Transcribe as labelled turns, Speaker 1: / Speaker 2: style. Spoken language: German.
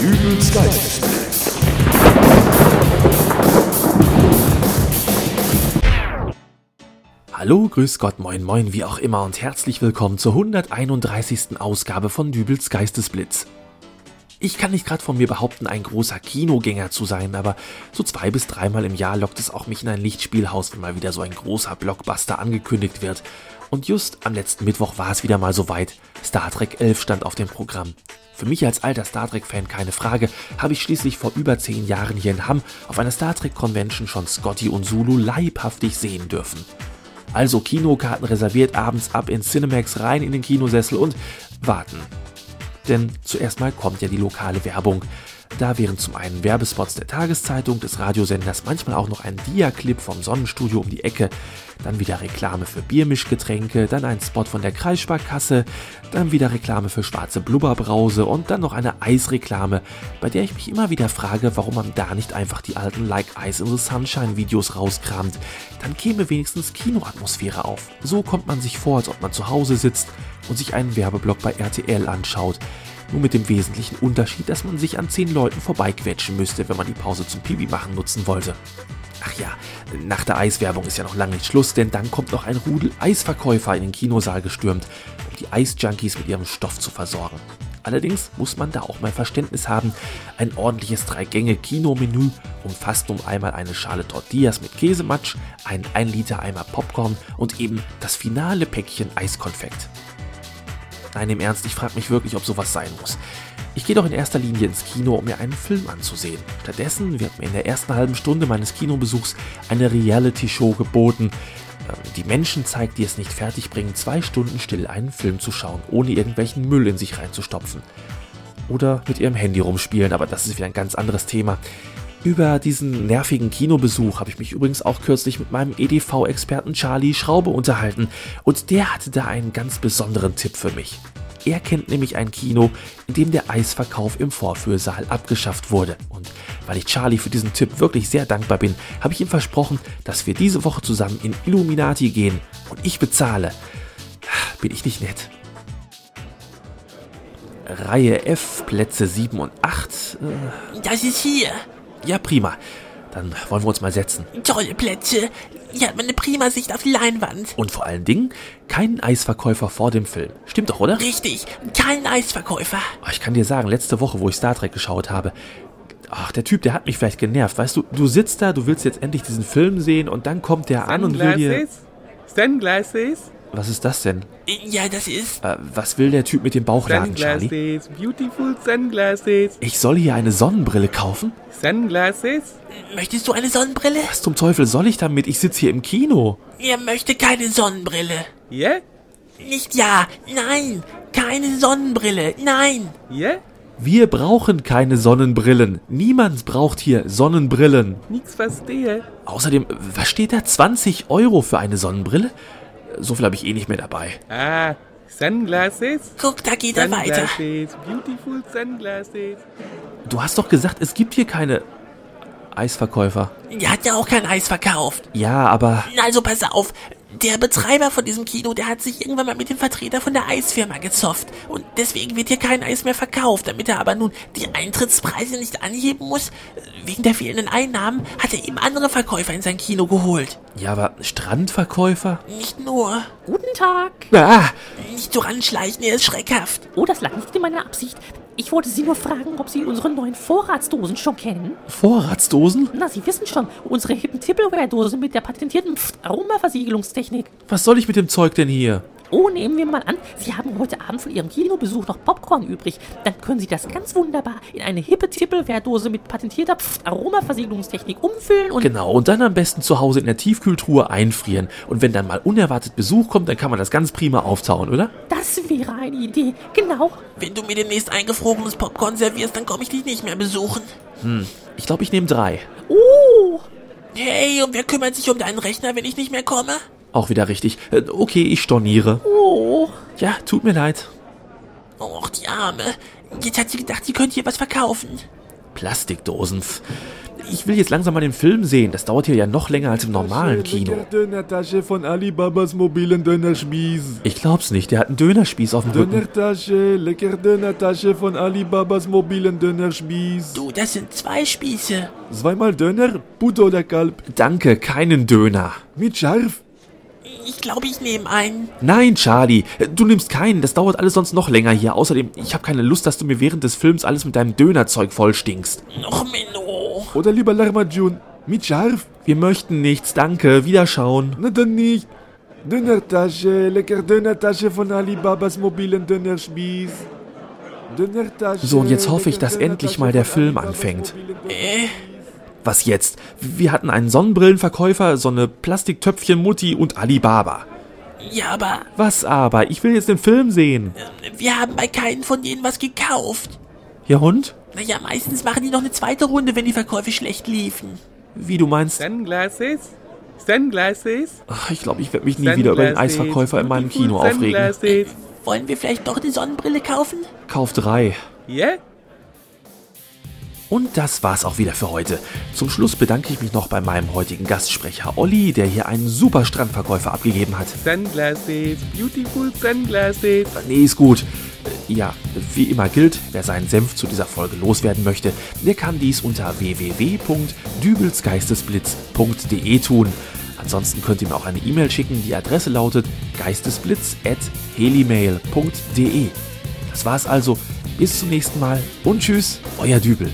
Speaker 1: Dübels Geistesblitz.
Speaker 2: Hallo, grüß Gott, moin, moin, wie auch immer und herzlich willkommen zur 131. Ausgabe von Dübels Geistesblitz. Ich kann nicht gerade von mir behaupten, ein großer Kinogänger zu sein, aber so zwei bis dreimal im Jahr lockt es auch mich in ein Lichtspielhaus, wenn mal wieder so ein großer Blockbuster angekündigt wird. Und just am letzten Mittwoch war es wieder mal soweit. Star Trek 11 stand auf dem Programm. Für mich als alter Star Trek-Fan keine Frage, habe ich schließlich vor über zehn Jahren hier in Hamm auf einer Star Trek-Convention schon Scotty und Zulu leibhaftig sehen dürfen. Also Kinokarten reserviert, abends ab ins Cinemax, rein in den Kinosessel und warten. Denn zuerst mal kommt ja die lokale Werbung. Da wären zum einen Werbespots der Tageszeitung, des Radiosenders, manchmal auch noch ein Dia-Clip vom Sonnenstudio um die Ecke, dann wieder Reklame für Biermischgetränke, dann ein Spot von der Kreissparkasse, dann wieder Reklame für schwarze Blubberbrause und dann noch eine Eisreklame, bei der ich mich immer wieder frage, warum man da nicht einfach die alten Like Ice in the Sunshine Videos rauskramt. Dann käme wenigstens Kinoatmosphäre auf. So kommt man sich vor, als ob man zu Hause sitzt und sich einen Werbeblock bei RTL anschaut. Nur mit dem wesentlichen Unterschied, dass man sich an zehn Leuten vorbeiquetschen müsste, wenn man die Pause zum Pipi machen nutzen wollte. Ach ja, nach der Eiswerbung ist ja noch lange nicht Schluss, denn dann kommt noch ein Rudel Eisverkäufer in den Kinosaal gestürmt, um die Eisjunkies mit ihrem Stoff zu versorgen. Allerdings muss man da auch mal Verständnis haben. Ein ordentliches Drei-Gänge-Kinomenü umfasst nun einmal eine Schale Tortillas mit Käsematsch, einen 1 Liter Eimer Popcorn und eben das finale Päckchen Eiskonfekt. Nein, im Ernst, ich frage mich wirklich, ob sowas sein muss. Ich gehe doch in erster Linie ins Kino, um mir einen Film anzusehen. Stattdessen wird mir in der ersten halben Stunde meines Kinobesuchs eine Reality-Show geboten, ähm, die Menschen zeigt, die es nicht fertigbringen, zwei Stunden still einen Film zu schauen, ohne irgendwelchen Müll in sich reinzustopfen. Oder mit ihrem Handy rumspielen, aber das ist wieder ein ganz anderes Thema. Über diesen nervigen Kinobesuch habe ich mich übrigens auch kürzlich mit meinem EDV-Experten Charlie Schraube unterhalten und der hatte da einen ganz besonderen Tipp für mich. Er kennt nämlich ein Kino, in dem der Eisverkauf im Vorführsaal abgeschafft wurde. Und weil ich Charlie für diesen Tipp wirklich sehr dankbar bin, habe ich ihm versprochen, dass wir diese Woche zusammen in Illuminati gehen und ich bezahle. Bin ich nicht nett? Reihe F, Plätze 7 und 8. Äh,
Speaker 3: Das ist hier.
Speaker 2: ja, prima. Dann wollen wir uns mal setzen.
Speaker 3: Tolle Plätze. Hier hat man eine prima Sicht auf die Leinwand.
Speaker 2: Und vor allen Dingen keinen Eisverkäufer vor dem Film. Stimmt doch, oder?
Speaker 3: Richtig, kein Eisverkäufer.
Speaker 2: Ah, Ich kann dir sagen, letzte Woche, wo ich Star Trek geschaut habe, ach, der Typ, der hat mich vielleicht genervt. Weißt du, du sitzt da, du willst jetzt endlich diesen Film sehen und dann kommt der an und will dir.
Speaker 4: Sunglasses? Sunglasses?
Speaker 2: Was ist das denn?
Speaker 3: Ja, das ist.
Speaker 2: Äh, was will der Typ mit dem Bauchladen, Charlie?
Speaker 4: Sunglasses. Beautiful sunglasses.
Speaker 2: Ich soll hier eine Sonnenbrille kaufen?
Speaker 4: Sunglasses?
Speaker 3: Möchtest du eine Sonnenbrille?
Speaker 2: Was zum Teufel soll ich damit? Ich sitze hier im Kino.
Speaker 3: Er möchte keine Sonnenbrille.
Speaker 4: Yeah?
Speaker 3: Nicht ja, nein, keine Sonnenbrille, nein.
Speaker 4: Yeah?
Speaker 2: Wir brauchen keine Sonnenbrillen. Niemand braucht hier Sonnenbrillen.
Speaker 4: Nix verstehe.
Speaker 2: Außerdem, äh, was steht da? 20 Euro für eine Sonnenbrille? Äh, So viel habe ich eh nicht mehr dabei.
Speaker 4: Ah, sunglasses?
Speaker 3: Guck, da geht er weiter.
Speaker 4: Sunglasses. Beautiful sunglasses.
Speaker 2: Du hast doch gesagt, es gibt hier keine Eisverkäufer.
Speaker 3: Der hat ja auch kein Eis verkauft.
Speaker 2: Ja, aber
Speaker 3: Also pass auf. Der Betreiber von diesem Kino, der hat sich irgendwann mal mit dem Vertreter von der Eisfirma gezofft. Und deswegen wird hier kein Eis mehr verkauft. Damit er aber nun die Eintrittspreise nicht anheben muss, äh, wegen der fehlenden Einnahmen, hat er eben andere Verkäufer in sein Kino geholt.
Speaker 2: Ja, aber Strandverkäufer?
Speaker 3: Nicht nur.
Speaker 5: Guten Tag.
Speaker 2: Ah,
Speaker 3: Nicht so ranschleichen, er ist schreckhaft.
Speaker 5: Oh, das lag nicht in meiner Absicht. Ich wollte Sie nur fragen, ob Sie unsere neuen Vorratsdosen schon kennen.
Speaker 2: Vorratsdosen?
Speaker 5: Na, Sie wissen schon, unsere hippen Tupperware-Dose mit der patentierten Pft Aromaversiegelungstechnik.
Speaker 2: Was soll ich mit dem Zeug denn hier?
Speaker 5: Oh, nehmen wir mal an, Sie haben heute Abend von Ihrem Kinobesuch noch Popcorn übrig. Dann können Sie das ganz wunderbar in eine hippe Tupperware-Dose mit patentierter Pft Aromaversiegelungstechnik umfüllen und...
Speaker 2: Genau, und dann am besten zu Hause in der Tiefkühltruhe einfrieren. Und wenn dann mal unerwartet Besuch kommt, dann kann man das ganz prima auftauen, oder?
Speaker 5: das wäre eine Idee. Genau.
Speaker 3: Wenn du mir demnächst eingefrorenes Popcorn servierst, dann komme ich dich nicht mehr besuchen.
Speaker 2: Ich glaube, ich nehme drei.
Speaker 5: Oh,
Speaker 3: Hey, und wer kümmert sich um deinen Rechner, wenn ich nicht mehr komme?
Speaker 2: Auch wieder richtig. Äh, Okay, ich storniere.
Speaker 5: oh.
Speaker 2: Ja, tut mir leid.
Speaker 3: Och, die Arme. Jetzt hat sie gedacht, sie könnte hier was verkaufen.
Speaker 2: Plastikdosen. pf. Ich will jetzt langsam mal den Film sehen. Das dauert hier ja noch länger als im normalen Kino.
Speaker 1: Dönertasche von Alibabas mobilen Dönerspieß.
Speaker 2: Ich glaub's nicht, der hat einen Dönerspieß auf dem Rücken.
Speaker 1: Dönertasche, lecker Dönertasche von Alibabas mobilen Dönerspieß.
Speaker 3: Du, das sind zwei Spieße.
Speaker 1: Zweimal Döner, Pute oder Kalb.
Speaker 2: Danke, keinen Döner.
Speaker 1: Mit scharf.
Speaker 3: Ich glaube, ich nehme einen.
Speaker 2: Nein, Charlie, du nimmst keinen. Das dauert alles sonst noch länger hier. Außerdem, ich habe keine Lust, dass du mir während des Films alles mit deinem Dönerzeug vollstinkst.
Speaker 3: Noch Menno.
Speaker 1: Oder lieber Lahmacun. Mit scharf.
Speaker 2: Wir möchten nichts, danke. Wiederschauen.
Speaker 1: Na dann nicht. Dönertasche, lecker Dönertasche von Alibabas mobilen Dönerspieß. Dönertasche.
Speaker 2: So, und jetzt hoffe ich,
Speaker 1: lecker
Speaker 2: dass endlich
Speaker 1: Dönertasche
Speaker 2: mal der
Speaker 1: von
Speaker 2: Film
Speaker 1: Alibabas
Speaker 2: anfängt.
Speaker 1: mobilen Dönerspieß.
Speaker 2: Was jetzt? Wir hatten einen Sonnenbrillenverkäufer, so eine Plastiktöpfchen-Mutti und Alibaba.
Speaker 3: Ja, aber
Speaker 2: Was aber? Ich will jetzt den Film sehen.
Speaker 3: äh, wir haben bei keinem von denen was gekauft.
Speaker 2: Ja und?
Speaker 3: Naja, meistens machen die noch eine zweite Runde, wenn die Verkäufe schlecht liefen.
Speaker 2: Wie du meinst?
Speaker 4: Sunglasses? Sunglasses?
Speaker 2: Ach, ich glaube, ich werde mich nie wieder über den Eisverkäufer in meinem Kino aufregen.
Speaker 4: Sunglasses.
Speaker 3: Wollen wir vielleicht doch eine Sonnenbrille kaufen?
Speaker 2: Kauf drei.
Speaker 4: Yeah?
Speaker 2: Und das war's auch wieder für heute. Zum Schluss bedanke ich mich noch bei meinem heutigen Gastsprecher Olli, der hier einen super Strandverkäufer abgegeben hat.
Speaker 4: Sunglasses. Beautiful sunglasses.
Speaker 2: Nee, ist gut. Äh, Ja, wie immer gilt, wer seinen Senf zu dieser Folge loswerden möchte, der kann dies unter www.dübelsgeistesblitz.de tun. Ansonsten könnt ihr mir auch eine E-Mail schicken, die Adresse lautet geistesblitz.helimail.de. Das war's also, bis zum nächsten Mal und tschüss, euer Dübel.